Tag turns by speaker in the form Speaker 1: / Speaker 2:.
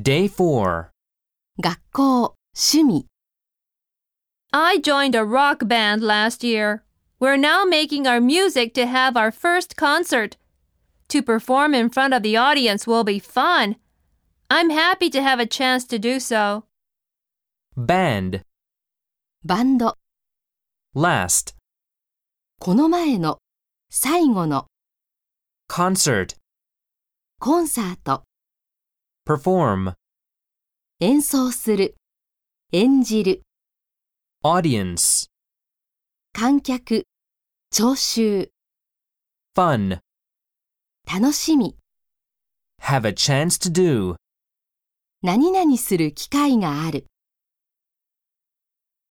Speaker 1: Day 4.
Speaker 2: 学校、趣味、
Speaker 3: I joined a rock band last year. We're now making our music to have our first concert. To perform in front of the audience will be fun. I'm happy to have a chance to do so.
Speaker 1: Band.
Speaker 2: バンド、
Speaker 1: Last.
Speaker 2: この前の、最後の、
Speaker 1: Concert.
Speaker 2: コンサート、
Speaker 1: Perform.
Speaker 2: 演奏する、演じる、
Speaker 1: Audience.
Speaker 2: 観客、聴衆、
Speaker 1: Fun.
Speaker 2: 楽しみ、
Speaker 1: Have a chance to do.
Speaker 2: 何々する機会がある。